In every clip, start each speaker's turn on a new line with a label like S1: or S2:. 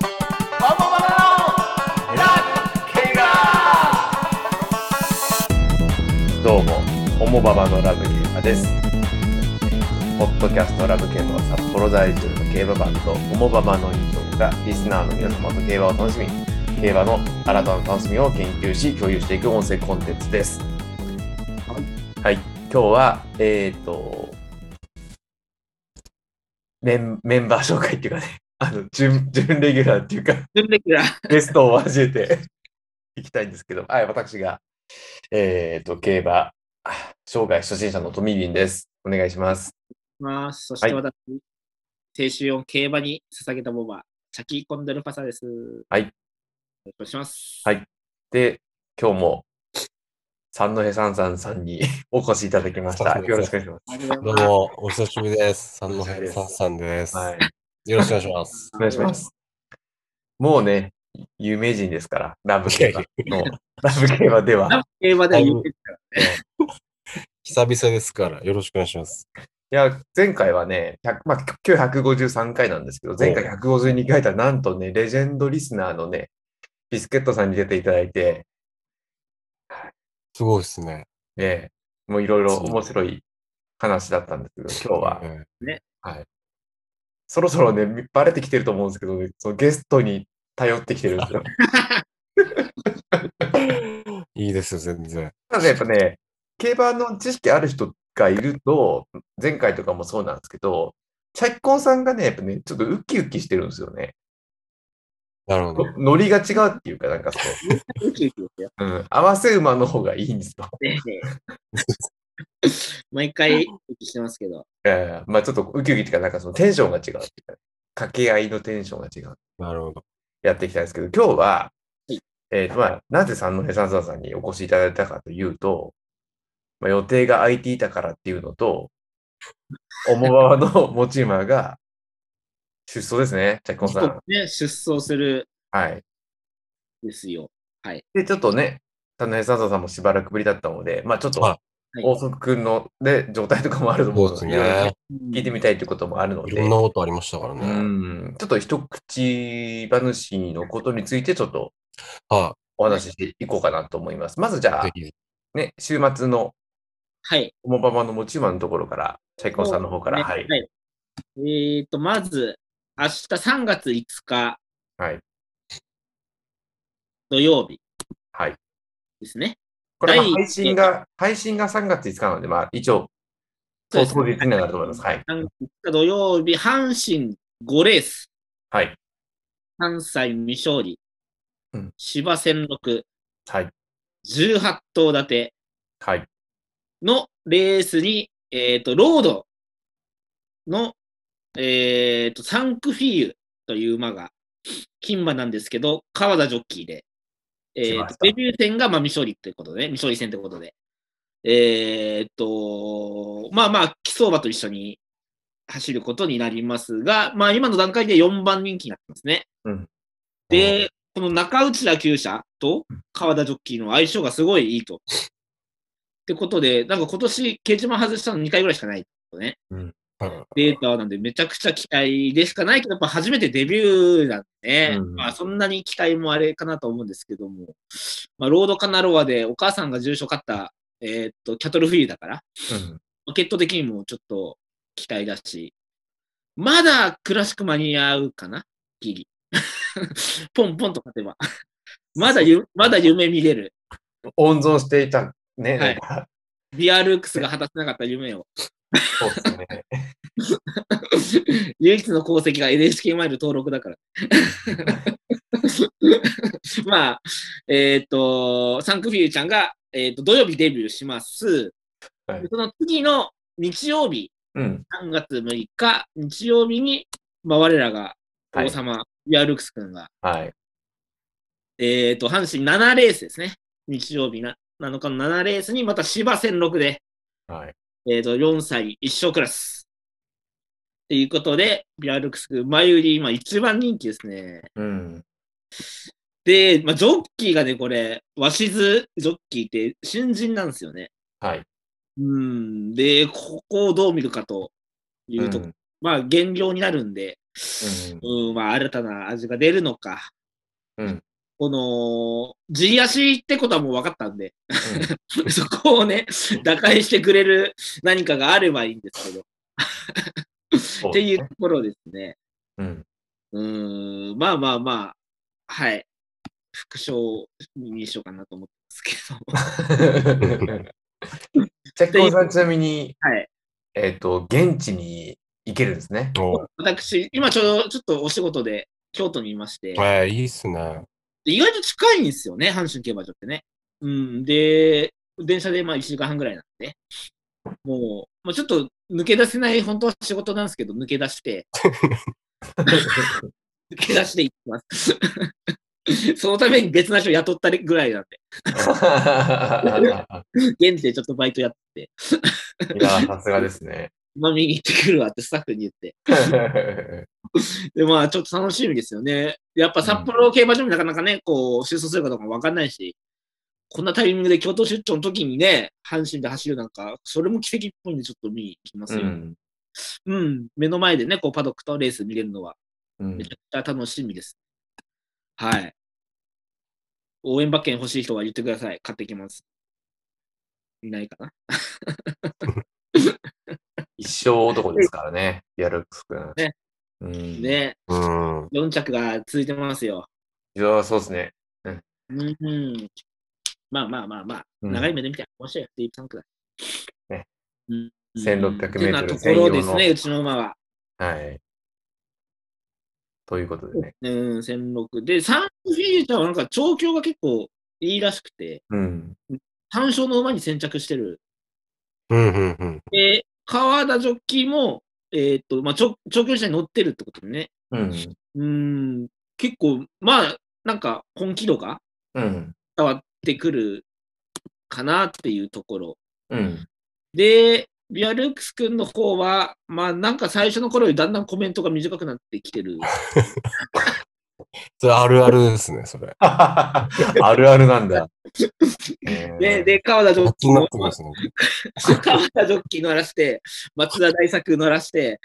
S1: バンバンバナナのラッケガ
S2: どうも、ホモババのラブ競馬です。ポッドキャストラブ競馬は札幌在住の競馬バンド、ホモババの人がリスナーの皆様と競馬を楽しみ、競馬の新たな楽しみを研究し、共有していく音声コンテンツです。はい、今日は、えっ、と、メンメンバー紹介っていうかね、あの、準、準レギュラーっていうか、
S3: 準レギュラー。
S2: ゲストを交えていきたいんですけど、はい、私が、えっ、と、競馬、生涯初心者のトミーリンです。お願いします。
S3: ます。そして私、青春を競馬に捧げたボバ、チャキコンドルパサです。
S2: はい
S3: よろしくお願いします。
S2: はいで、今日も、三戸さんさんさんに お越しいただきました。
S4: そうですね
S2: よろしくお願いしま
S3: ありがとうご
S4: どう
S3: ざいます。
S4: も、お久しぶりです。三
S2: お
S4: の
S2: 久しぶりです
S4: さんさんです
S2: す。。はい。
S4: よろしくお願いします。
S2: お願いします。もうね、有名人ですから、ラブ競馬の、ラブ競馬では。
S3: 競馬では言ってたから
S4: 久々ですから、よろしくお願いします。
S2: いや、前回はね、100まあ、今日153回なんですけど、前回152回だったら、なんとね、レジェンドリスナーのね、ビスケットさんに出ていただいて、
S4: すごいですね。
S2: ね、もういろいろ
S4: そう
S2: 面白い話だったんですけど、今日は、
S4: え
S2: そろそろね、バレてきてると思うんですけど、ね、そのゲストに頼ってきてるんで すよ。
S4: えいいですよ、全然。
S2: ただねやっぱね、競馬の知識ある人がいると、前回とかもそうなんですけど、チャッコンさんがね、やっぱね、ちょっとウキウキしてるんですよね。
S4: なるほど。
S2: ノリが違うっていうか、なんかそ
S3: ウキウキですよ。
S2: う、うん、合わせ馬の方がいいんですよ。
S3: ねえねえ毎回ウキウキしてますけど、
S2: えーまあちょっとウキウキっていうか、なんかそのテンションが違うっていうか、掛け合いのテンションが違う。
S4: なるほど。
S2: やっていきたいんですけど、今日は
S3: はい、
S2: えーとまあ、なぜ三戸三三さんにお越しいただいたかというと、まあ、予定が空いていたからっていうのと、オモババの持ち馬が出走ですね、チャッコンさん。
S3: ね、出走する
S2: はい。
S3: んですよ。
S2: で、ちょっとね、三戸三三さんもしばらくぶりだったので、まあちょっと、
S4: はい
S2: 大速くんの、で状態とかもあると思
S4: そう
S2: う
S4: で
S2: ので、
S4: す
S2: いろいろね
S4: ね。
S2: 聞いてみたいということもあるの
S4: い
S2: で、
S4: ろんなことありましたから
S2: う
S4: ね。
S2: んちょっと一口話のことについてちょっと
S4: は
S2: お話ししていこうかなと思います。まずじゃあ
S4: い。、ぜひ。
S2: ね、週末の
S3: はい。
S2: オモババの持ち馬のところから、チャイコンさんの方から、
S3: ね
S2: はい。
S3: えっと、まず、明日3月5日
S2: はい。
S3: 土曜日
S2: はい。
S3: ですね。
S2: これ、まあ
S3: 第一
S2: 配信が、配信が3月5日なので、まあ、一応、
S3: そう
S2: 当
S3: ですね
S2: 日になると思います。はい。
S3: 3月5日土曜日、阪神5レース。
S2: はい。
S3: 関西未勝利、
S2: うん
S3: 芝戦六、
S2: はい。
S3: 18頭立て
S2: はい。
S3: のレースに、えっ、と、ロードの、えっ、と、サンクフィーユという馬が、金馬なんですけど、川田ジョッキーで、え
S2: 来
S3: ー
S2: ま
S3: と
S2: した
S3: デビュー戦が、まあ、未勝利ということで、未勝利戦ということで、えっ、と、まあまあ、木相場と一緒に走ることになりますが、まあ、今の段階で4番人気になってますね。
S2: うん
S3: で、この中内田厩舎と川田ジョッキーの相性がすごいいいと。ってことで、なんか今年、掲示板外したの2回ぐらいしかないとね。
S4: うん
S3: データなんで、めちゃくちゃ期待でしかないけど、やっぱ初めてデビューなんでね、
S2: うん
S3: まあそんなに期待もあれかなと思うんですけども、まあ、ロードカナロアでお母さんが重賞勝った、えーっと、キャトルフィールだから、
S2: うん
S3: 結果的にもちょっと期待だし、まだクラシック間に合うかなギリ。 ポンポンと勝てば。まだゆ、まだ夢見れる。
S2: 温存していた、ね、
S3: は
S2: なん
S3: い
S2: か、
S3: DRX が果たせなかった夢を。
S2: そうですね。
S3: 唯一の功績が NHK マイル登録だから。 まあ、えっ、と、サンクフィーちゃんが、えー、と土曜日デビューします。
S2: はい
S3: でその次の日曜日、
S2: うん。
S3: 3月6日、日曜日に、まあ、我らが
S2: はい
S3: 王様、ビアルクス君が、
S2: はい。
S3: えっ、と、阪神7レースですね。日曜日な7日の7レースに、また芝戦6で、
S2: はい。
S3: えっ、と、4歳一生クラス。ということで、ビアルクス君、前より今一番人気ですね。
S2: うん。
S3: で、まあ、ジョッキーがね、これ、鷲津ジョッキーって新人なんですよね。
S2: はい。
S3: うん。で、ここをどう見るかというとこ、
S2: うん
S3: まあ、減量になるんで、うん、まあ、新たな味が出るのか、
S2: うん
S3: この、G 足ってことはもう分かったんで、 そこをね、打開してくれる何かがあればいいんですけど、
S2: そ
S3: っていうところですね。
S2: うん。
S3: うーん、まあまあまあ、はい。副賞にしようかなと思ってますけど。
S2: チェックオンさん、ちなみに、
S3: はい。
S2: えっと、現地に行けるんです ね。
S4: お
S3: 私、今ちょうどちょっとお仕事で京都にいまして、
S4: えー、いいっすね。
S3: 意外と近いんですよね、阪神競馬場ってね。うん、で、電車でまあ1時間半ぐらいなんで、もう、まあ、ちょっと抜け出せない、本当は仕事なんですけど、抜け出して、抜け出していきます。 そのために別な人雇ったりぐらいなんで、現地でちょっとバイトやって、
S2: いや、さすがですね。
S3: まあ見に行ってくるわってスタッフに言って、で、まあ、ちょっと楽しみですよね。やっぱ札幌競馬場もなかなかね、こう、出走するかどうかもわかんないし、こんなタイミングで京都出張の時にね、阪神で走るなんか、それも奇跡っぽいんで、ちょっと見に行き ます
S2: う
S3: よ、うん。
S2: ん。
S3: 目の前でね、こう、パドックとレース見れるのは、
S2: うん
S3: めちゃくちゃ楽しみです。はい。応援馬券欲しい人は言ってください。買ってきます。いないかな
S2: 一生男ですからね、ヤルクス君。
S3: ね
S2: うん。
S3: ね、
S4: うん。
S3: 4着が続いてますよ。
S2: いや、そうですね。
S3: うんうん。まあまあまあまあ、
S2: うん
S3: 長い目で見て面白いよ、ディープサンクだ。
S2: ね
S3: うん。
S2: 1600
S3: うん
S2: メートル
S3: ってなところです
S2: 専
S3: ね、
S2: 用の
S3: うちの馬は。
S2: はい。ということでね。
S3: うん、1600。で、サンフィーチャーはなんか調教が結構いいらしくて、
S2: うん。
S3: 単勝の馬に先着してる。
S4: うん、うん、うん。
S3: で、川田ジョッキーも、えーっと、まあ、ちょ調教車に乗ってるってことね。
S2: うん。
S3: うん、結構、まあ、なんか本気度が
S2: うん。
S3: 伝わってくるかなっていうところ。
S2: うん。
S3: で、ビアルックス君の方は、まあなんか最初の頃よりだんだんコメントが短くなってきてる。
S4: それあるあるですね、それ。
S2: あるあるなんだ。えー
S3: で、で、川田ジョッ
S4: 気
S3: キー
S4: になっ
S3: の、
S4: てますね。
S3: 川田ジョッキー乗らして、松田大作乗らして、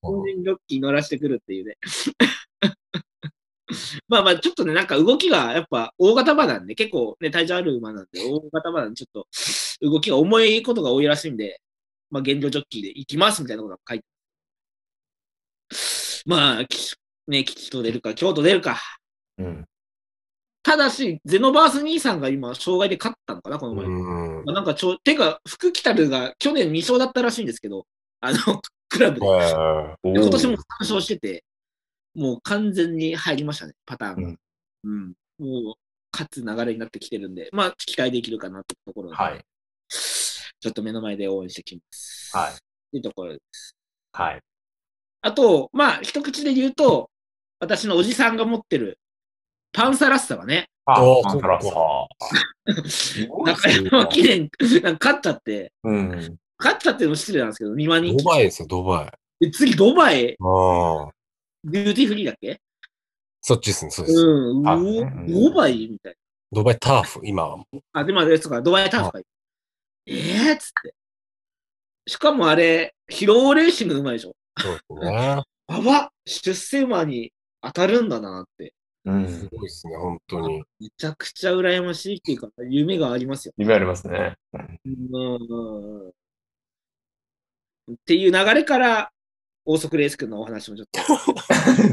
S3: 本人ジョッキー乗らしてくるっていうね。 まあまあ、ちょっとね、なんか動きがやっぱ大型馬なんで、結構ね、体重ある馬なんで、大型馬なんで、ちょっと動きが重いことが多いらしいんで、まあ、減量ジョッキーで行きますみたいなことが書いて。 まあ、きね、吉と出るか、京都出るか。
S2: うん。
S3: ただし、ゼノバース兄さんが今、障害で勝ったのかな、この
S4: う
S3: 前。
S4: ん。はい
S3: まあなんかちょ、てか、福来たるが去年2勝だったらしいんですけど、あの、 クラブで。
S4: は
S2: おー
S3: で今年も3勝してて、もう完全に入りましたね、パターンが。うん。もう、勝つ流れになってきてるんで、まあ、期待できるかなってところで、
S2: はい。
S3: ちょっと目の前で応援してきます。
S2: はい。
S3: い。いうところで
S2: はい。
S3: あと、まあ、一口で言うと、私のおじさんが持ってる、パンサラッサはね、
S2: あ
S4: おー
S2: あんたらさ。
S3: 中山記念、なんか勝っちゃって、
S2: うん。
S3: 勝っちゃってのも失礼なんですけど、2万
S4: い
S3: 人
S4: ド。バイですよ、ドバイ。
S3: で次、ドバイ、
S4: ああ。
S3: ビューティーフリーだっけ
S4: そっちですね、そうです。
S3: うん、
S2: あ
S3: うおドバイみたいな。
S4: ドバイターフ、今は。
S3: あ、でもあれ、とか、ドバイターフか。ええー、っつって。しかもあれ、疲労レーシングの馬でしょ。
S4: そうですね。
S3: あば出世馬に当たるんだなって。
S2: うん
S4: す。ごいですね、本当 に。
S3: めちゃくちゃ羨ましいっていうか、夢がありますよ。
S2: 夢ありますね。
S3: うん。っていう流れから、王速レース君のお話もちょっと。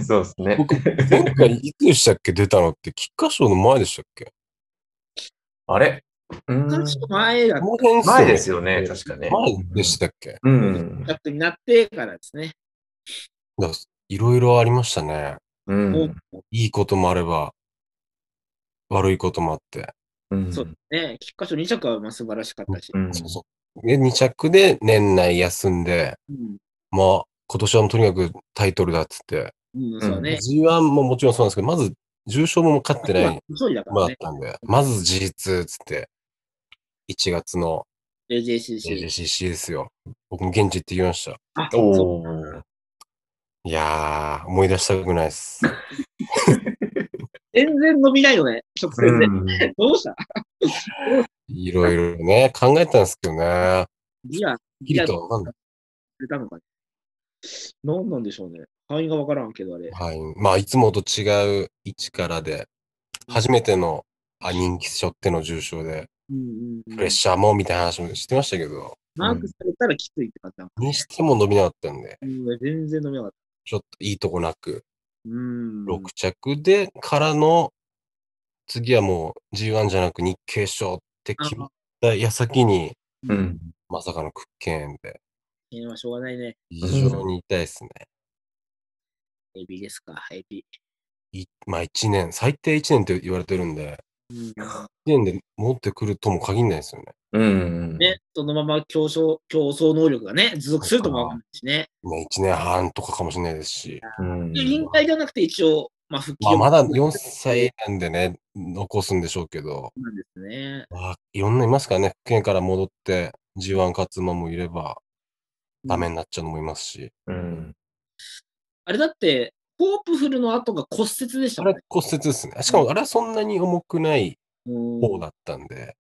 S2: そうですね。
S4: 僕、前回いつでしたっけ出たのって、菊花賞の前でしたっけ
S2: あれうん
S3: ちょっと前だっ
S4: この辺っ
S2: 前ですよね、確かね。
S4: 前でしたっけ
S2: うん。
S3: たになってからですね。
S4: だからいろいろありましたね。
S2: う
S3: も
S2: ん。
S3: う
S4: いいこともあれば、悪いこともあって。
S2: うん
S3: そうですね。菊花賞2着はまあ素晴らしかったし。
S2: うん
S4: そうそう。で、2着で年内休んで、
S3: うん。
S4: まあ、今年はとにかくタイトルだっつって、
S3: うん、そうね。
S4: G1 ももちろんそうなんですけど、まず重賞も勝ってない
S3: 一人だか
S4: 馬
S3: ら
S4: だっ
S3: ね。
S4: たんで、まず G2 っつって、1月の
S3: LJCC。
S4: JCC ですよ。僕も現地行ってきました。
S3: あ、そう。
S2: おー
S4: いやー、思い出したくない っす。
S3: 全然伸びないよね。直接
S2: う
S3: で。
S2: ん。
S3: どうした
S4: いろいろね、考えたんですけどね。
S3: ギア、
S4: ヒ
S3: ギ
S4: リ
S3: ア
S4: とは分かんない
S3: くれたのかね。何なんでしょうね。範囲がわからんけど、あれ。
S4: はい。まあ、いつもと違う位置からで、初めてのあ人気背負っての重傷で、
S3: うんうんうん
S4: プレッシャーもみたいな話もしてましたけど、
S3: マークされたらきついって感じなの
S4: にしても伸びなかったんで、
S3: うん全然飲めなかった。
S4: ちょっといいとこなく、
S3: うん。
S4: 6着でからの、次はもう G1 じゃなく日経賞って決まった矢先に、
S2: う
S3: うんん。
S4: まさかのクッケーンで、
S3: えはしょうがないね。
S4: 非常に痛いですね。
S3: エビですか、エビ。
S4: いまあ1年、最低1年って言われてるんで、
S3: うん、
S4: 1年で戻ってくるとも限らないですよね。
S2: うん。
S3: ね、そのまま競争、競争能力がね、持続するともわかんないしね。
S4: まあ1年半とかかもしれないですし、
S2: うん。
S3: で引退じゃなくて一応、まあ、復帰
S4: まあ
S3: を
S4: まだ4歳なんでね、残すんでしょうけど、
S3: なんですね。
S4: まあ、いろんないますからね、福建から戻って G1 勝つ馬もいれば、ダメになっちゃうのもいますし、
S2: うん。
S3: あれだって、ホープフルの後が骨折でした
S4: あ
S3: もん
S4: れ
S3: ね。
S4: 骨折ですね。しかもあれはそんなに重くない
S3: うん
S4: 方だったんで、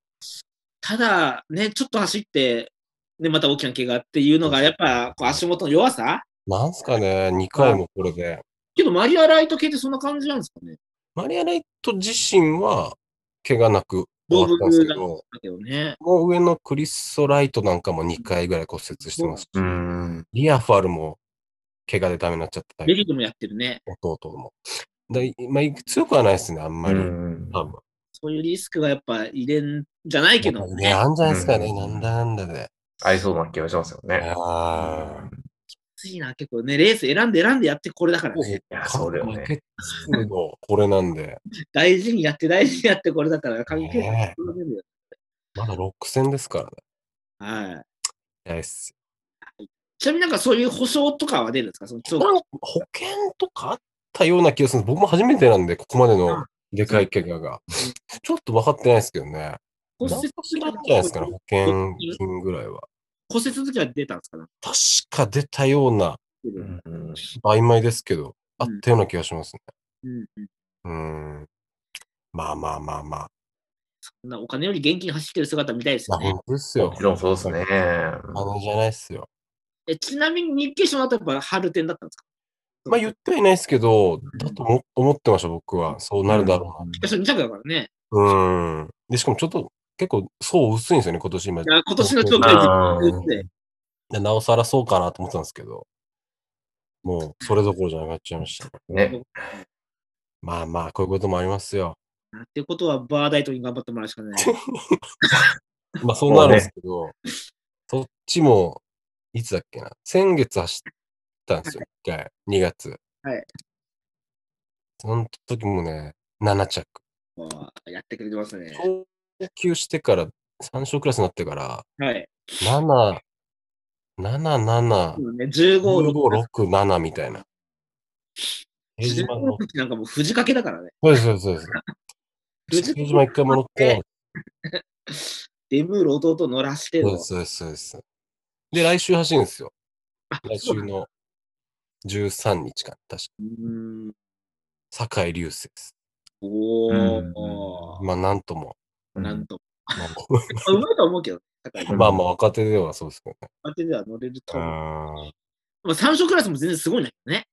S3: ただ、ね、ちょっと走って、ね、また大きな怪我っていうのが、やっぱこう足元の弱さ
S4: なんすかね、2回もこれで。
S3: けど、マリア・ライト系ってそんな感じなんですかね。
S4: マリア・ライト自身は、怪我なく終わったんですけど、
S3: だけどね。
S4: もう上のクリスト・ライトなんかも2回ぐらい骨折してますし、
S2: うん。
S4: リアファルも怪我でダメになっちゃった
S3: レ
S4: り、
S3: リルもやってるね。
S4: 弟も。だいまあ、強くはないですね、あんまり。多分
S3: そういうリスクがやっぱ入れんじゃないけど
S4: ね、
S3: ね。
S4: あんじゃないですかね、
S2: うん
S4: なんだなんだで。
S2: 合いそうな気がしますよね。
S4: ああ。
S3: ついな、結構ね、レース選んで選んでやってこれだから、ね、
S2: いや、そうだよ
S4: 負
S2: ね。
S4: けつつのこれなんで、
S3: 大事にやって大事にやってこれだから、関係ない。
S4: ねまだ6戦ですからね。
S3: はい。
S4: ないっす
S3: ちなみになんかそういう保証とかは出るんですかその
S4: よ
S3: 長
S4: なんか保険とかあったような気がするんです。僕も初めてなんで、ここまでのでかい怪我が。ちょっと分かってないですけどね。
S3: 骨折
S4: なんかなんじゃないですかね、保険金ぐらいは。
S3: 骨折の時は出たんですかね
S4: 確か出たような、
S3: うん
S2: うん
S4: 曖昧ですけど、あったような気がしますね。
S3: うん。
S4: うーん。まあまあまあまあ。
S3: そんなお金より現金走ってる姿見たいです
S4: まあ
S3: よね
S4: 本。当ですよ。
S2: もちろんそうですね。
S4: 金じゃないっすよ。
S3: えちなみに日経賞の後はやっぱ春天だったんですか
S4: まあ言ってはいないですけど、だと思思ってました、僕は。そうなるだろ
S3: 日経賞2着だからね。
S4: うな。うん。で、しかもちょっと結構層薄いんですよね、今年今。
S3: いや今年の
S4: 東
S3: 東
S4: 京
S3: 京
S2: あー
S3: で
S4: でなおさらそうかなと思ってたんですけど、もうそれどころじゃなくなっちゃいました。
S2: ね。
S4: まあまあ、こういうこともありますよ。
S3: ってことは、バーダイトに頑張ってもらうしか ない。
S4: まあそうなるんですけど、そっちも、いつだっけな。先月走ったんですよ、一回。2月。
S3: はい。
S4: その時もね、7着。
S3: もうやってくれてますね。
S4: 昇級してから、3勝クラスになってから、
S3: はい。
S4: 7、7、
S3: そうね
S4: 7、5、
S3: 15、
S4: 6、7みたいな。平
S3: 15
S4: 島の
S3: の、時なんかもう藤掛けだからね。
S4: そうです、そうですそうです。
S3: 藤
S4: 平島一回も乗ってない
S3: デムール弟乗らしてる
S4: そうです、そうです、そうです。で、来週走るんですよ。
S3: あ
S4: 来週の13日か、確か。
S3: うーん。
S4: 坂井隆星です。
S3: お
S2: うん
S3: お、
S4: まあ、なんとも。
S3: なんと。
S4: なんとも
S3: うまいとは思うけど、高い。
S4: まあまあ、若手ではそうですけどね。
S3: 当てでは乗れると
S4: う
S3: 思う。
S4: ーん
S3: まあ、3勝クラスも全然すごいんだけどね。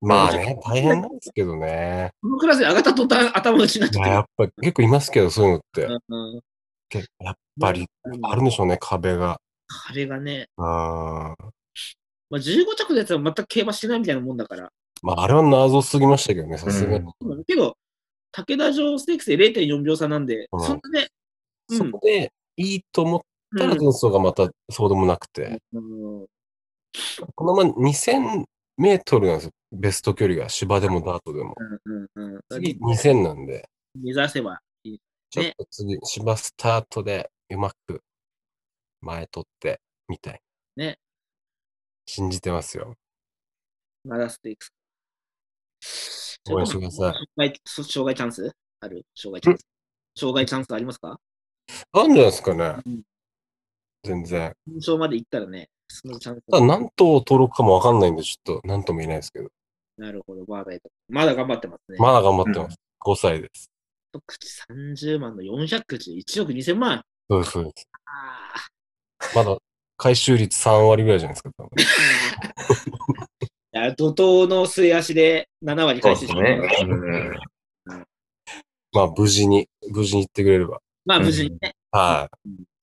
S4: まあね、大変なんですけどね。
S3: このクラスで上がった途端頭打ちになっちゃ
S4: い
S3: っ
S4: やや
S3: て
S4: っぱ結構いますけど、そういうのって
S3: る。。うん
S4: けやっぱり
S3: うん
S4: あるんでしょうね、壁が。
S3: あれがね、
S4: うーん。
S3: まあ、15着のやつは全く競馬してないみたいなもんだから。
S4: まあ、あれは謎すぎましたけどね、さすが
S2: う
S4: に
S2: ん。
S3: けど、武田城ステークスで0.4秒差なんで、
S4: うん
S3: そんなね、うん
S4: そこで、いいと思ったら、
S3: うん
S4: 前走がまたそうでもなくて。
S3: うん
S4: このまま2000メートルなんですよ。ベスト距離が。芝でもダートでも。
S3: うんうんうん
S4: 次2000なんで、
S3: 目指せばいい。
S4: ちょっと次、芝スタートでうまく前取ってみたい。
S3: ね。
S4: 信じてますよ。
S3: まだステークス。
S4: 応援してください。
S3: 障害そ障害チャンスある障害チャンス。障害チャンスありますか
S4: あるんじゃないですかね
S3: うん。
S4: 全然。
S3: 優勝まで行ったらね、そのチャンス。
S4: ただ何頭登録かもわかんないんで、ちょっと何とも言えないですけど。
S3: なるほど、バーダイト。まだ頑張ってますね。
S4: まだ頑張ってます。5歳です。
S3: 一口30万の400口、1億2000万。
S4: そうです、そうで
S3: あ
S4: す。まだ回収率3割ぐらいじゃないですか。多分
S3: ーや怒涛の末足で7割
S2: そう
S3: 返
S2: で
S3: して
S2: す
S3: しまった。
S2: ね。うん
S4: まあ、無事に、無事に行ってくれれば。
S3: まあ無事にね、
S4: は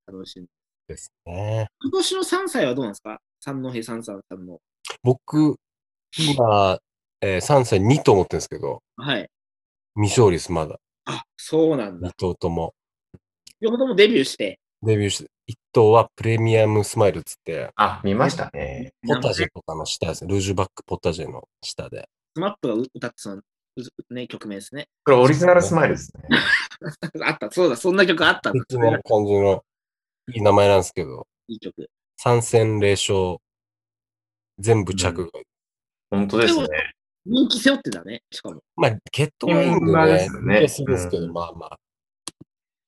S3: 楽しんで。
S4: い。ですね。
S3: 今年の3歳はどうなんですか三戸平三三さんの。
S4: 僕、今、えー3歳2と思ってるんですけど、
S3: はい。
S4: 未勝利です、まだ。
S3: あ、そうなん
S4: 2
S3: だ。
S4: 頭とも。
S3: 両方ともデビューして。
S4: デビューして、1頭はプレミアムスマイルっつって、
S2: あ、見ましたね。
S4: ポタジェとかの下ですね。ルージュバックポタジェの下で。
S3: スマップが歌ってその、うね、曲名ですね。
S2: これオリジナルスマイルですね。
S3: あった、そうだ、そんな曲あったんだ。
S4: 的な感じの、いい名前なんですけど、
S3: いい曲。
S4: 3戦0勝、全部着外。
S2: 本当ですね。
S3: 人気背負ってたね、しかも。
S4: まあ、血統はいいんで
S2: まあです
S4: ね
S2: よ、ね
S4: ねですですけど、
S2: うん
S4: まあまあ。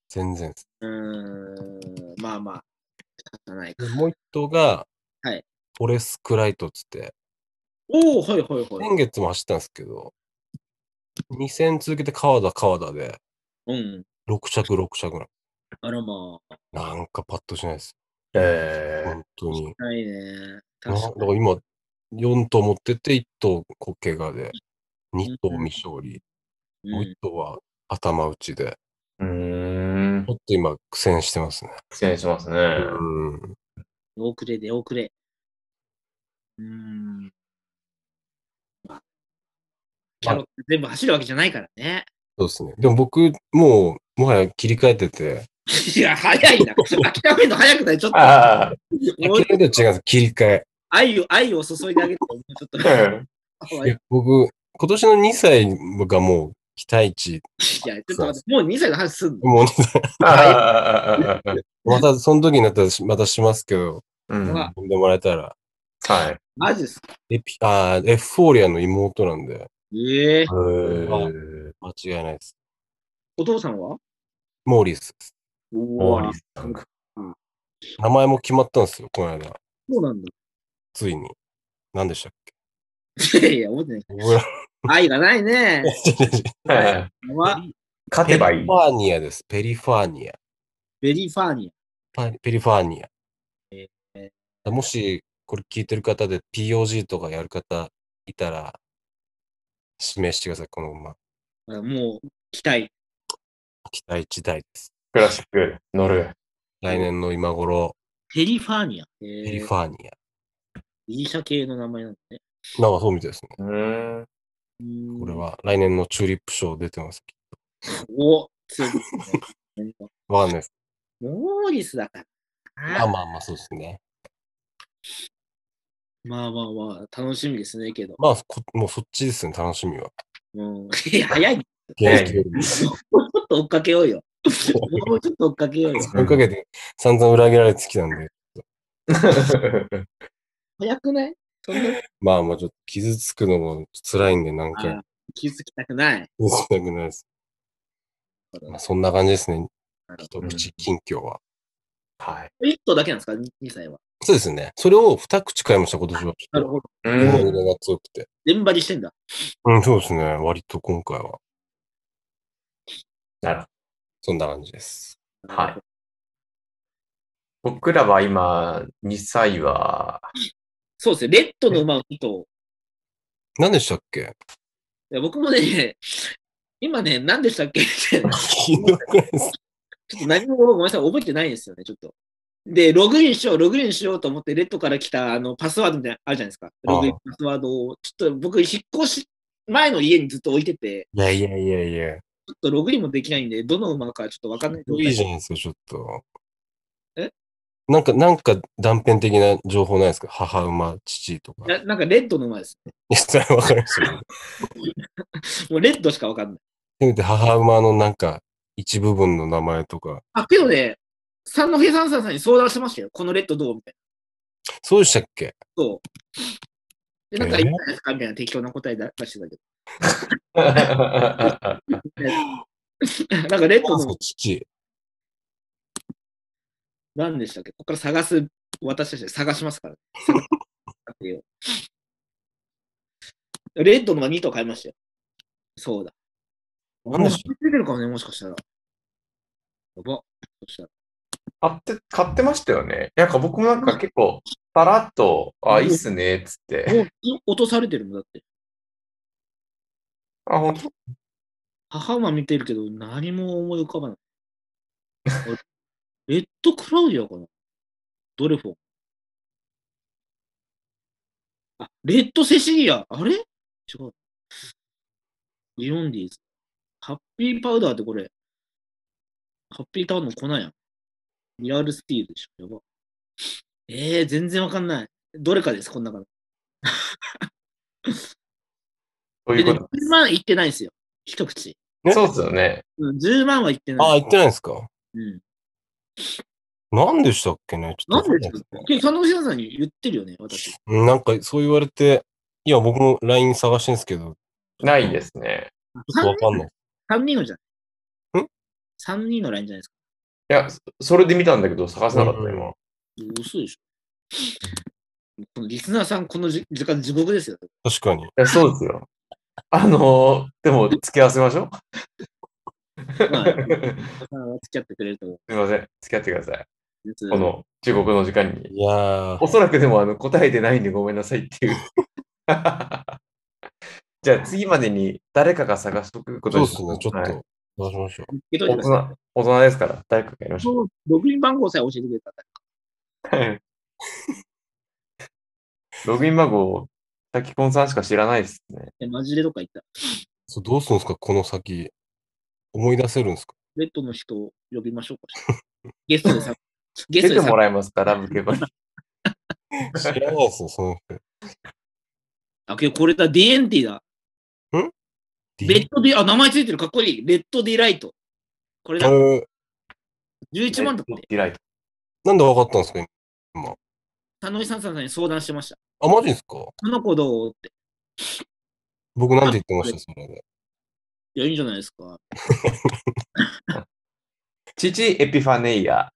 S4: 全然です。
S3: うーん、まあまあ、仕方ないか。
S4: でもう一頭が、
S3: はい
S4: フォレス・クライトっつって、
S3: おお、はいはいは
S4: 先
S3: い。
S4: 月も走ったんですけど、2戦続けて川田、川田で、
S3: うん。
S4: 6着、6着な
S3: あらまあ、
S4: の。なんかパッとしないです。
S2: えー
S4: 本当に。
S3: ないね。
S4: なだ
S3: 確
S4: か
S3: からに。
S4: 今、4頭持ってて、1頭こけがで、2頭未勝利、
S3: う
S4: もうん1頭は頭打ちで、
S2: うーん
S4: ちょ。っと今苦戦してますね。
S2: 失礼しますね。
S4: うん。
S3: 出遅れ、出遅れ。うーん。まあキャロット全部走るわけじゃないからね。
S4: そうですね。でも僕、もう、もはや切り替えてて、
S3: いや、早いな。諦めるの早くないちょっ
S2: あ
S3: と、
S4: 諦
S3: もう
S4: めと違うんです。切り替え。
S3: 愛を、愛を注いであげて、もうちょっと。
S2: あ、うん
S4: いや僕、今年の2歳がもう期待値。
S3: いや、ちょっと待って、もう2歳の話すんの
S4: もう
S2: ああああああ
S4: また、その時になったらしまたしますけど、
S2: うんは
S4: 呼んでもらえたら。
S2: い。
S3: マジっすか
S4: エピ、あーエフフォーリアの妹なんで、
S3: ええ
S2: うん
S4: 間違いないです。
S3: お父さんは
S4: モーリスです。
S3: お
S2: モ
S3: ー
S2: ーリスさんか
S4: 名前も決まったんですよ、この間。
S3: そうなんだ。
S4: ついに。何でしたっ
S3: いやいや、思ってない。
S4: け覚えら
S3: 愛がないね。
S4: れない。
S2: はい
S3: は
S2: 勝てばい
S4: ペ
S2: い
S4: リフ。ァーニアです。ペリファーニア。
S3: ベリーファーニ
S4: パペリファーニア。
S3: え
S4: もし、これ聞いてる方で POG とかやる方いたら、指名してください、この馬。
S3: ア。もう、期待。
S4: 期待値大です。
S2: クラシック、乗る。
S4: 来年の今頃、
S3: ペリファーニア。え
S4: ペリ
S3: ー
S4: ファーニ
S3: ギリシャ系の名前なんだね。
S4: ア。なんかそうみたいですね。
S2: うーん。
S3: うーん
S4: これ。は来年のチューリップ賞出てます。
S3: お強いですね。
S4: わかんないです。
S3: モーリスだから。
S4: まあまあまあ、そうですね。
S3: まあまあまあ、楽しみですね、けど。
S4: まあ、こもうそっちですね、楽しみは。
S3: うん、いや、早い。も
S2: ええ
S4: 現役よりも
S3: うちょっと追っかけようよ。もうちょっと追っかけようよ。
S4: 追いかけて散々裏切られてきたんで、
S3: 早くないそんな
S4: まあまあ、ちょっと傷つくのも辛いんで、な
S3: あ
S4: んか
S3: ー、気づきたくない。
S4: 傷つきたくないです。まあ、そんな感じですね、一口近況は。
S2: はい。
S3: 1頭だけなんですか ?2 歳は。
S4: そうですね。それを二口買いました、今年は。
S3: なるほど。
S2: う
S4: 思い
S2: ん。
S4: 入れが強くて。
S3: 全張りしてんだ。
S4: うん、そうですね。割と今回は、
S2: なるほ
S4: そんな感じです。
S2: どはい。僕らは今、2歳は、
S3: そうですね。レッドの馬を2頭。
S4: 何でしたっけ
S3: いや僕もね、今ね、何でしたっけって
S4: ひどくないです。
S3: ちょっと何もごめんなさい、覚えてないんですよね、ちょっと。で、ログインしよう、ログインしようと思って、レッドから来たあのパスワードみたいなのあるじゃないですか。ログイン
S4: あ
S3: パスワードを、ちょっと僕、引っ越し前の家にずっと置いてて、
S4: いやいやいやいや。
S3: ちょっとログインもできないんで、どの馬かちょっとわかんない状態
S4: いいじゃないですか、ちょっと。
S3: え
S4: なんか、なんか断片的な情報ないですか母馬、父とか。い
S3: ななんかレッドの馬です。
S4: や、それはわかりましたよ。
S3: もうレッドしかわかんない。
S4: せめて母馬のなんか、一部分の名前とか。
S3: あ、けどね、三戸平三さんさんに相談してましたよ。このレッドどうみたい
S4: そうでしたっけ
S3: な。そう。で、なんか
S4: え
S3: いいんじゃないですかみたいな適当な答え出してたけど。 なんかレッドの
S4: 母と父。
S3: 何でしたっけここから探す、私たちで探しますから。探しレッドのが2頭買いましたよ。そうだ。
S4: 何でし
S3: もう出てるかもね、もしかしたら。やば。そしたら。
S2: 買って、買ってましたよね。なんか僕もなんか結構、さらっと、あ、いいっすね、っつって。
S3: もう落とされてるもんだって。
S2: あ、本当
S3: 母馬見てるけど、何も思い浮かばない。俺 レッドクラウディアかなドレフォン。あ、レッドセシリア。あれ違う。ビヨンディーズ。ハッピーパウダーってこれ。ハッピータウンの粉やん。リアルスティールでしょ。やば。えー、全然わかんない。どれかです、この中の。
S2: ということ。
S3: 10万いってないんですよ。一口。
S4: ね
S2: そうっすよね。
S3: うん、10万はいってない。
S4: ああ、言ってないんですか
S3: うん。
S4: 何でしたっけねちょ
S3: な
S4: っと
S3: ん
S4: わか
S3: で
S4: んない
S3: で
S4: ですす
S3: か結構、佐野さんに言ってるよね、私。
S4: うんなんかそう言われて、いや、僕も LINE 探してるんですけど、
S2: ないですね。
S4: ちょっとわかんない。
S3: 3人のじゃない
S4: ん
S3: ?3 人のラインじゃないですか。
S2: いや、そそれで見たんだけど、探せなかった、今。
S3: 嘘でしょ。このリスナーさん、このじ時間地獄ですよ。
S4: 確かに。
S2: いや、そうですよ。あのーでも、付き合わせましょう。
S3: まあ、
S2: す
S3: リスナーさんは付き合ってくれると思
S2: みません。付き合ってください。
S3: うんです。
S2: この中国の時間に。
S4: いやー
S2: お、そらくでもあの答えてないんでごめんなさいっていう。 じゃあ次までに誰かが探しとくこと
S4: そう
S2: に
S4: っすね。ちょっ
S2: はい
S4: と、出しましょう。
S3: けど
S2: 大人大人ですから、誰かがやりましょう。
S3: そうログイン番号さえ教えてくれたら。
S2: はい ログイン番号、滝コンさんしか知らないですね。
S3: えマジでどっか行った。
S4: そうどうするんですかこの先。思い出せるんですか
S3: ベッドの人を呼びましょうか。 ゲストでさ、ゲ
S2: 出
S3: スト
S2: て
S3: でさ
S2: も、らえますか、ラブケバに。
S4: 知らないですよ、その人。
S3: あ、けどこれだ、ディエンティだ。
S4: デ
S3: レッドディ、あ、名前ついてる、かっこいい。レッドディライト。これだ、
S4: えー
S3: 11万だって。
S2: ディライト。
S4: なんでわかったんですか今。
S3: 佐野井さんさんに相談してました。
S4: あ、マジですか
S3: この子どうって。
S4: 僕なんて言ってましたそれで。
S3: いや、いいんじゃないですか。
S2: 父エピファネイア。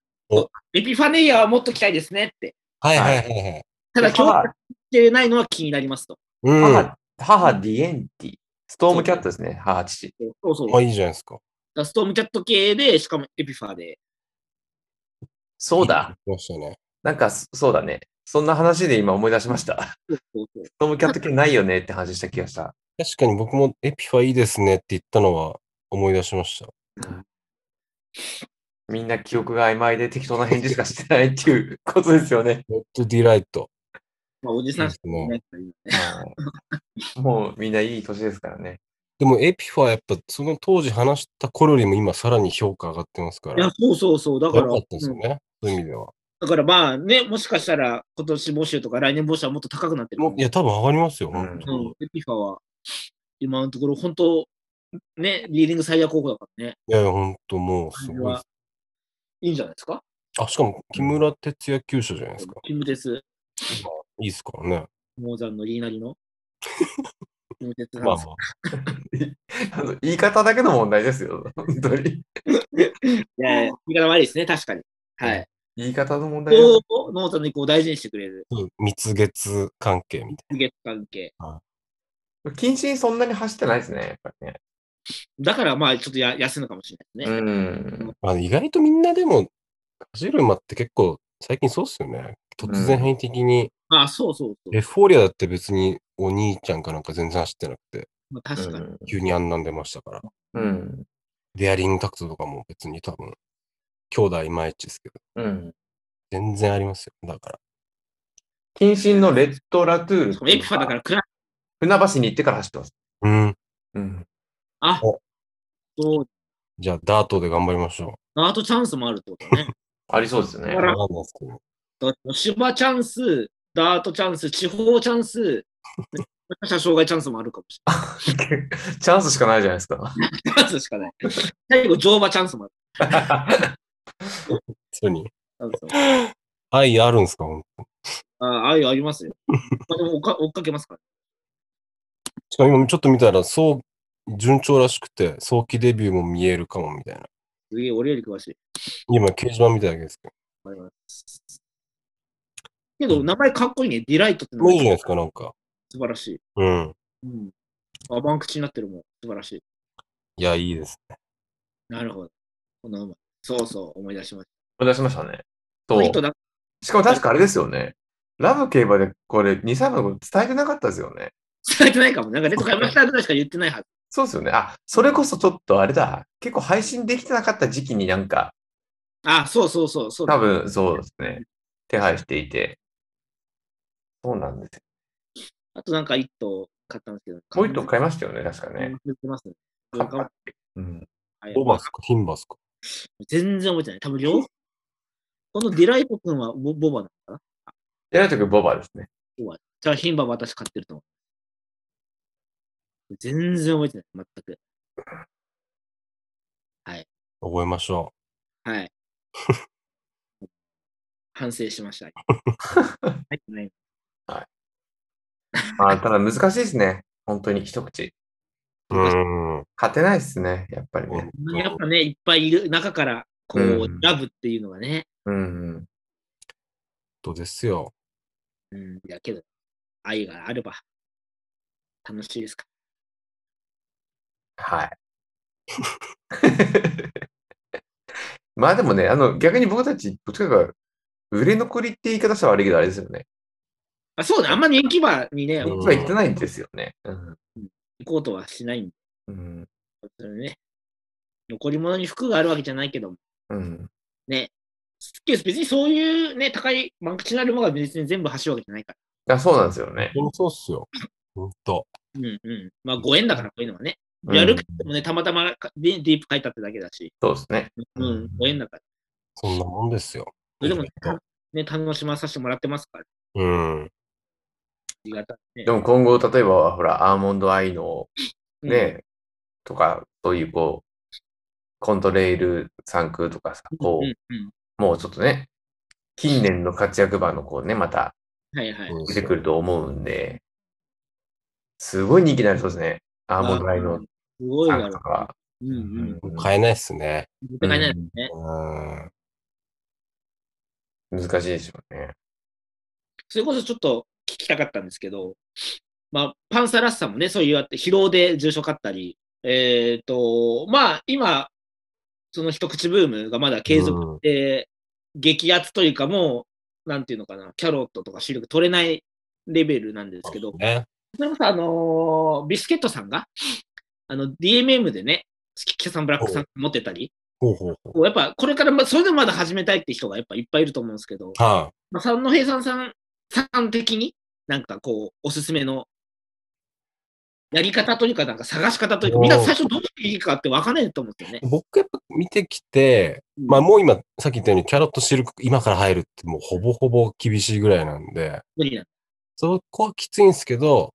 S3: エピファネイアはもっと期待ですねって。
S4: はいはいはいはい。
S3: ただ、
S2: で
S3: 共感してないのは気になりますと。
S4: うん。
S2: 母、
S4: あ、
S2: 母ディエンティ。ストームキャットですね、母父。
S3: そうそう。
S4: いいじゃないですか。
S3: ダストームキャット系で、しかもエピファで。
S2: そうだ、。
S4: ましたね。
S2: なんかそそうだね。そんな話で今思い出しました。
S3: そうそうそう
S2: ストームキャット系ないよねって話した気がした。
S4: 確かに僕もエピファいいですねって言ったのは思い出しました。
S2: みんな記憶が曖昧で適当な返事しかしてないっていうことですよね。
S4: レッドディライト。
S3: まあ、おじさんしか
S4: いいです
S3: い
S4: ね
S3: ないから今ね。
S2: もうみんないい年ですからね。
S4: でもエピファはやっぱその当時話した頃よりも今さらに評価上がってますか
S3: いや
S4: ら。よ、
S3: そうそうそう。だから、
S4: かったですよ
S3: うん
S4: ね。そういう意味では。
S3: だからまあね、もしかしたら今年募集とか来年募集はもっと高くなってるか
S4: も
S3: も。
S4: いや、多分上がりますよ。
S2: うん
S4: 本当
S3: う
S4: に
S3: ん、エピファは、今のところ本当、ね、リーディング最悪候補だからね。
S4: いやいや、本当もうすごいです。
S3: いいんじゃないですか
S4: あ、しかも木村哲也急所じゃないですか。
S3: キムテス、
S4: いいですからね。
S3: モーザンの言いな りの。キムテスさん
S4: まあまあ。
S2: あの言い方だけの問題ですよ。本当に。
S3: いやいや言い方悪いですね、確かに。はい。
S2: 言い方の問題です
S3: こう、ノーザンの意向を大事にしてくれる
S4: そう蜜月関係みたい
S3: 月関係。
S2: 謹慎そんなに走ってないですね。やっぱりね。
S3: だからまあ、ちょっとや安いのかもしれないですね。
S2: うん。
S4: な。まあ、意外とみんなでも、走る馬って結構最近そうっすよね。突然変異的に、
S3: まあ、そうそうそう
S4: エ。フフォーリアだって別にお兄ちゃんかなんか全然走ってなくて、
S3: まあ、確かに。
S4: 急にあんなん出ましたから。
S2: うん。
S4: デアリングタクトとかも別に多分、兄弟いまいちですけど、
S2: うん。
S4: 全然ありますよ。だから。
S2: 謹慎のレッドラトゥール
S3: しかもエピファだから暗い。
S2: 船橋に行ってから走ってます。
S4: うん。
S2: うん。
S3: あ、そう。
S4: じゃあ、ダートで頑張りましょう。
S3: アートチャンスもあるってことね。
S2: ありそうですよね
S3: あ。ら
S4: わかんないですけど
S3: だって芝チャンス、ダートチャンス、地方チャンス、車障害チャンスもあるかもし
S2: チャンスしかないじゃないですか。
S3: れない。チャンスしかない。 最後、乗馬チャンスもある。
S4: それに。
S3: チャンスも
S4: 愛あるんですかほんと
S3: あああいうありますよ。まあ、でも追っか追っかけますから。
S4: しかも今ちょっと見たら、そう、順調らしくて、早期デビューも見えるかもみたいな。
S3: すげえ、俺より詳しい。
S4: 今、掲示板見ただけですけ
S3: わかりますけど、名前かっこいいね。ディライトって
S4: ど。もういいじゃ
S3: 名
S4: ないで
S3: 前
S4: すか、なんか。
S3: 素晴らしい。
S4: うん。
S3: うん。アバン口になってるもん。素晴らしい。
S4: いや、いいです。
S3: なるほど。この馬。そうそう、思い出しまし
S2: 思い出しましたね。そ
S3: た。この
S2: う
S3: 人。だ。
S2: しかも確かあれですよね。ラブ競馬でこれ、2、3番のこと伝えてなかったですよね。
S3: 伝えてないかも。なんかレッド買いましたぐらいしか言ってないはず。
S2: そうですよね。あ、それこそちょっとあれだ。結構配信できてなかった時期になんか、
S3: あ、そうそうそう。そう
S2: 多分そうですね。手配していて。そうなんですよ。
S3: あとなんか1頭買ったんですけど。
S2: もう一頭買いましたよね、確かね。
S3: 言ってますね。
S2: 買ったうん。
S3: はい
S4: ロバスか、ヒンバスか。
S3: 全然覚えてない。多分両方。このディライト君はボボバなのかな
S2: で、ライト君、ボバですね。
S3: じゃあ、ヒンバは私買ってると思う。全然覚えてない。全く。
S4: 覚えましょ
S3: はい。反省しました。はい、ない
S2: まあ、ただ難しいですね。本当に一口。
S4: う。うん。
S2: 勝てないですね、やっぱりね。
S3: やっぱね、いっぱいいる中から、こう、
S2: うん
S3: ラブっていうのがね。
S2: うん。
S4: とですよ。
S3: うん、いやけど、愛があれば、楽しいですか。
S2: はい。 まあでもね、あの、逆に僕たち、どっちかというと売れ残りって言い方したら悪いけど、あれですよね。
S3: あそうね、あんま人気馬にね、
S4: うん
S2: 実は行ってないんですよね。うん。
S3: 行こうとはしないんで
S2: うん。
S3: それね。残り物に服があるわけじゃないけども、
S2: うん。
S3: ね。けど別にそういうね、高いマンクチナルもが別に全部走るわけじゃないから。
S2: あそうなんですよね。
S4: ほんとそうっすよ。ほんと。
S3: うんうん。まあご縁だから、こういうのはね。
S2: うん
S3: やるけどもね、たまたまかディディープ書いたってだけだし、
S2: そうですね。
S3: うん、
S2: うん
S3: ご縁だから。
S4: そんなもんですよ。
S3: でもね
S4: イベント、
S3: ね、楽しまさせてもらってますから、あ
S4: うん。
S3: りがたいね
S2: でも今後、例えば、ほら、アーモンドアイの、
S3: うん
S2: ね、とか、そういう、こう、コントレイル3空とかさ、こう、
S3: うんうん。
S2: もうちょっとね、近年の活躍馬のこうね、また
S3: はいはい。
S4: そうっ
S2: 出
S4: す
S2: て
S4: よ
S2: くると思うんで、すごい人気になりそうですね。アーモンドライ
S3: う
S2: の
S3: んすごい
S2: タンク
S3: だろ
S2: とかは。
S3: う。うんうん。
S2: うん
S4: 買えないっすね。
S3: 絶対買えないですね。
S4: うん。
S2: 難しいでしょうね。
S3: それこそちょっと聞きたかったんですけど、まあ、パンサーラッサもね、そういうあって、疲労で重症勝ったり、えっ、と、まあ、今、その一口ブームがまだ継続して、激アツというか、もう、なんていうのかな、キャロットとか視力取れないレベルなんですけど、
S4: ね。
S3: それこそ、あのービスケットさんが、あの、DMM でね、キキャサンブラックさん持ってたり、
S4: ほうほうほう。
S3: こうやっぱ、これからま、それでもまだ始めたいって人がやっぱいっぱいいると思うんですけど、
S4: は
S3: まあ、三戸平さんさん、さん的に、なんかこう、おすすめの、やり方というか、なんか探し方というか、
S4: おー
S3: みんな最初どうしていいかって分かんないと思うんですよね
S4: い。。僕やっぱ見てきて、まあもう今、さっき言ったようにキャロットシルク、今から入るってもうほぼほぼ厳しいぐらいなんで、
S3: 無理な
S4: そこはきついんですけど、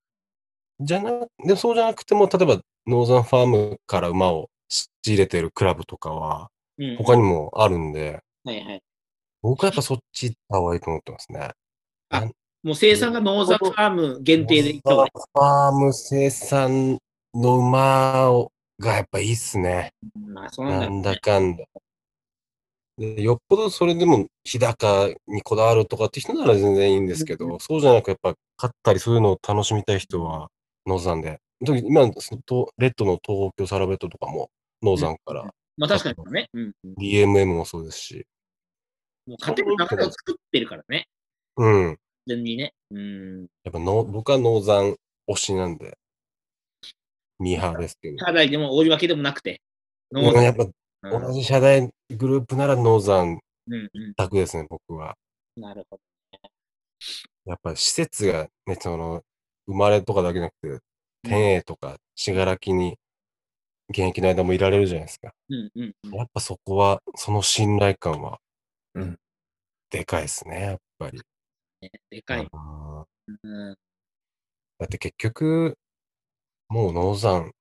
S4: じゃな、でもそうじゃなくても、例えばノーザンファームから馬を仕入れてるクラブとかは、
S3: の。うん。
S4: 他にもあるんで、
S3: はいはい。
S4: 僕はやっぱそっち行った方がいいと思ってますね。
S3: もう生産がノーザンファーム限定でいった方がい
S4: ノーザンファーム生産の馬をがやっぱいいっすね。
S3: い。まあ、そうなん
S4: な
S3: だろうんね
S4: だ。かんだ。でよっぽどそれでも日高にこだわるとかって人なら全然いいんですけど、そうじゃなくやっぱ勝ったりそういうのを楽しみたい人はノーザンで。特に今、そのとレッドの東京サラベットとかもノーザンから、
S3: まあ、確かにそうね。うん。うん
S4: DMM もそうですし。
S3: もう勝てる流れを作ってるからね。
S4: うん。
S3: 全然にね。うん。
S4: やっぱの僕はノーザン推しなんで、ミーハーですけど。
S3: 課題でも大い訳でもなくて。ノー
S4: うん
S3: ザ
S4: や
S3: ン
S4: っぱ
S3: う
S4: 同
S3: ん
S4: じ社大グループならノーザン
S3: うんう
S4: 択ですね、僕は。
S3: ん。なるほど。
S4: やっぱ施設がね、その、生まれとかだけじゃなくて、天栄とか、信楽に、現役の間もいられるじゃないですか。
S3: うんうんうん。
S4: やっぱそこは、その信頼感は
S2: うん、
S4: でかいですね、やっぱり。
S3: ねでかい。
S4: うん
S3: うん。
S4: だって結局、もうノーザン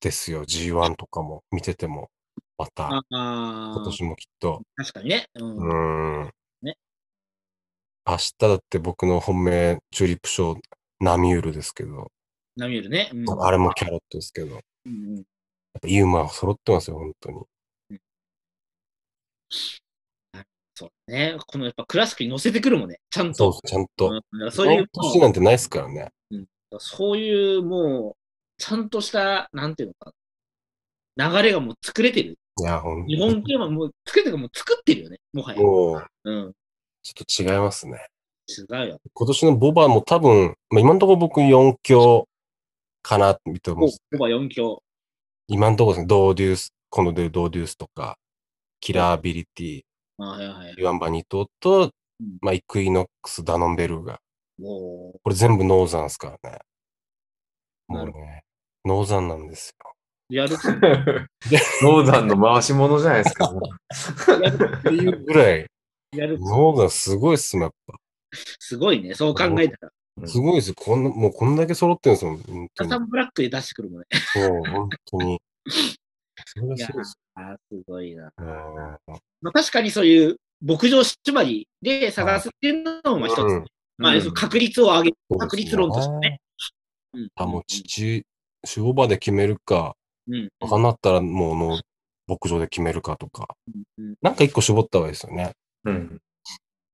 S4: ですよ、G1 とかも見てても、また、
S3: ああ
S4: 今、年もきっと。
S3: 確かにね。うん。
S4: うーん。
S3: ね
S4: 明日だって僕の本命、チューリップショー、ナミュールですけど、
S3: ナミュールね。うん
S4: あれもキャロットですけど、やっ
S3: うんうん
S4: ぱユーマ揃ってますよ、本当に。
S3: そうね。このやっぱクラシックに乗せてくるもんね。ちゃん
S4: そう
S3: と。
S4: ちゃんと。
S3: うんそ
S4: そ
S3: うう
S4: い
S3: いうう、
S4: 年なんてないですからね。
S3: そういうもう、ちゃんとした、なんていうのかな、流れがもう作れてる。
S4: いや、本
S3: 日本競馬もう作れてるかもう作ってるよね。もは
S4: 当
S3: や。
S4: もう、
S3: うん。
S4: ちょっと違いますね。
S3: 違うよ。
S4: 今年のボバも多分、まあ、今のところ僕4強かなって思う
S3: ほ
S4: んです。
S3: ぼ4強。
S4: 今のところですね、ドーデュース、今度出るドーデュースとか、キラーアビリティ、
S3: あはいはい。
S4: ユアンバニト
S3: う
S4: と
S3: ん、
S4: まあ、イクイノックス、ダノンベルーガ。
S3: も
S4: これ全部ノーザンですからね。
S3: な
S4: もう
S3: る
S4: ね、ノーザンなんですよ。
S3: う、やる気、
S2: ノーザンの回し物じゃないですか。もう
S4: っていうぐらい、
S3: やる気、
S4: ノーザンすごいっすもん、やっぱ。
S3: すごいね。そう考えたら。
S4: すごいですよ。こんな、もうこんだけ揃ってるんですもん、本
S3: サ
S4: 当に
S3: サ。ンブラックで出してくるもんね。
S4: そう、本当に。それがすごいです
S3: あーすごいな。
S4: よね。
S3: まあ、確かにそういう牧場縛りで探すっていうのも一つ。
S4: うん
S3: まあ、
S2: うん
S3: その確率を上げる。
S4: そうですね
S3: 確率論としてね。うん
S4: あ、もう、父、塩場で決めるか、
S3: うん。
S4: 他になったらもうの、牧場で決めるかとか、
S3: うんうん
S4: なんか一個絞った方がいいですよね。
S2: うん。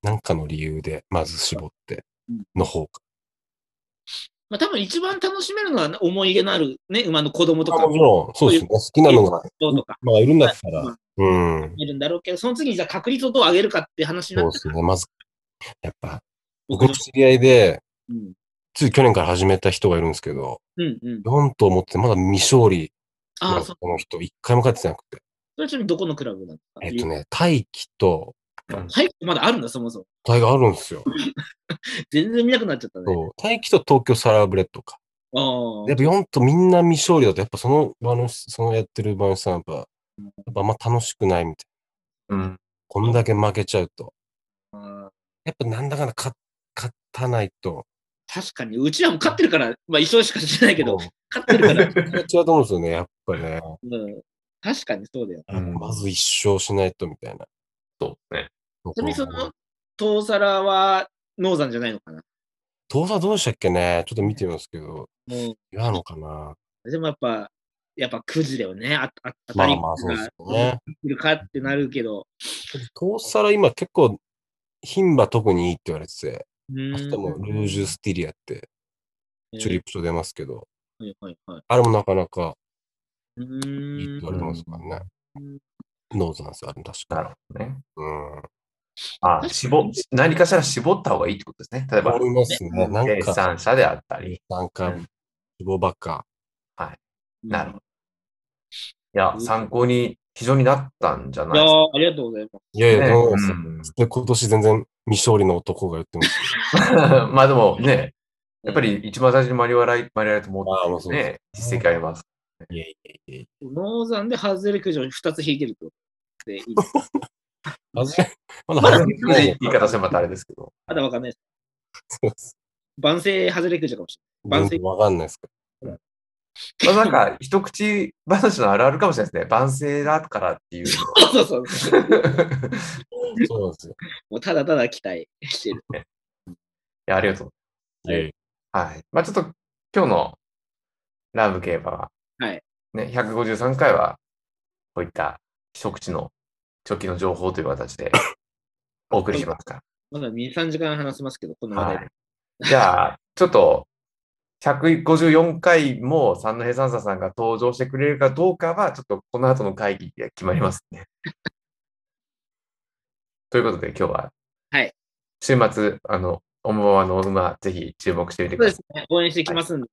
S4: なんかの理由で、まず絞って
S3: うん、
S4: の方か。
S3: まあ、多分一番楽しめるのは思い入れのある、ね、馬の子供と
S4: あ
S3: か
S4: もち、ろん、そうですね。好きなのが、
S3: どうとか
S4: まあ、いるんだったら
S3: うん、
S4: うん。
S3: いるんだろうけど、その次にじゃあ確率をどう上げるかって話にな
S4: そう
S3: って
S4: ですね。まず、やっぱ、僕
S3: 牧
S4: の
S3: 場
S4: 知り合いで、
S3: うん
S4: つい去年から始めた人がいるんですけど、
S3: うんうん。
S4: 4頭持っててまだ未勝利
S3: あ
S4: な
S3: あ、
S4: んです
S3: そう。
S4: この人、1回も勝ててなくて。
S3: それちなみにどこのクラブなのか
S4: えっとね、大輝と、
S3: はい、まだあるんだ、そもそも。
S4: 大があるんですよ。
S3: 全然見なくなっちゃったね。
S4: そう大輝と東京サラブレッドか。
S3: ああ
S4: やっぱ4とみんな未勝利だと、やっぱその馬主、そのやってる馬主さんやっぱ、やっぱあんま楽しくないみたいな。
S2: うん。
S4: こんだけ負けちゃうと。
S3: ああ。
S4: やっぱなんだかんだ勝勝たないと。
S3: 確かに、うちらも勝ってるから、まあ一緒しかしてないけど、
S4: もう
S3: 勝ってるから、
S4: 負けちゃうと思うんですよね、やっぱね。
S3: うん、確かにそうだよ。
S2: うん
S4: まず一勝しないとみたいな。
S2: そうね。
S4: と
S3: ち
S4: こ
S3: なみ
S4: ろ
S3: にその、トーサラは、ノーザンじゃないのかな。
S4: 遠さどうでしたっけねちょっと見てみますけど、
S3: も
S4: 岩野かな
S3: う、でもやっぱ、やっぱくじだよね。ああ当
S4: ま
S3: たり
S4: あまあそうですよね。
S3: いるかってなるけど。
S4: 遠さら今結構、牝馬特にいいって言われてて、
S3: う
S4: 明
S3: ーん
S4: 日もルージュスティリアって、チュリップと出ますけど、
S3: えーはいはいはい。
S4: あれもなかなか
S3: う
S4: いいって
S3: ーん
S4: 言われてますからね
S3: うん。
S4: ノーズなんですよ、あれ確
S2: な
S4: か
S2: るほどね。
S4: に。うん。
S2: あ、絞、何かしら絞った方がいいってことですね。例えば
S4: 思、いますね。なん
S2: 生
S4: か、
S2: 産者であったり。
S4: なん
S2: う
S4: か
S2: ん、
S4: 希望ばっか。
S2: なるほど。いうや、
S3: ん
S2: 参考に、非常になったんじゃない
S3: いや
S2: です
S3: ーありがとうございます。
S4: いやいや、
S2: ね
S4: どうです
S2: うん
S4: で今年全然未勝利の男が言ってます。
S2: か。 まあでもね、やっぱり一番最初にマリワライ、マリワライと思
S4: ああまあ
S2: っ
S4: そ
S2: て
S4: うです
S2: ね、実績あります。
S4: いやいやい
S3: ノーザンでハズレ駆除に2つ引いてると。でいいです
S4: や。外れまだ
S2: まだ
S4: 外れてない
S2: 言い方してもまたあれですけど。
S3: まだわかんないです。
S4: そうです
S3: 万世ハズレ駆除かもし
S4: 全然わかんないですか
S2: まあなんか、一口話のあるあるかもしれないですね。万世だからっていう。
S3: れない。そうそうそう。
S4: ら。そうなんですよ。
S3: もうただただ期待してる。
S2: いや、ありがとう。
S4: いやいや
S2: はい。まあちょっと、今日のラブ競馬は、
S3: はい。
S2: ね、153回は、こういった一口の直近の情報という形でお送りしますか
S3: まだ2、3時間話せますけど、この
S2: ら。
S3: 話題。
S2: はい。じゃあ、ちょっと、154回も三戸平三佐さんが登場してくれるかどうかは、ちょっとこの後の会議で決まりますね。 ということで、今日は、
S3: はい
S2: 週末、あの、おもまの馬、ぜひ注目してみて
S3: そ
S2: く
S3: う
S2: だ
S3: で
S2: さ
S3: すね。応援していきますんで。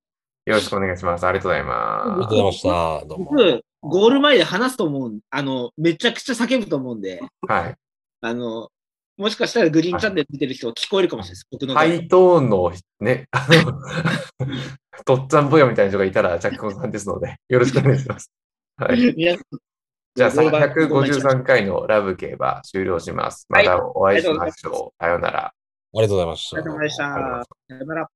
S2: い。よろしくお願いします。ありがとうございます。
S4: ありがとうございました。どうも。
S3: 僕、ゴール前で話すと思うん、あの、めちゃくちゃ叫ぶと思うんで、
S2: はい。
S3: あの、もしかしたらグリーンチャンネル見てる人聞こえるかもしれないです。僕の
S2: ハ
S3: 声。
S2: イトーンのね、 あの、とっつぁんぼやみたいな人がいたら、ジャックコンさんですので、よろしくお願いします。はい。
S3: 皆さん
S2: じゃあ、
S3: ゴール前
S2: 153回のラブ競馬終了します。またお会いしましょう。さようなら。
S4: ありがとうございまし
S3: お疲れ様でした。さよなら。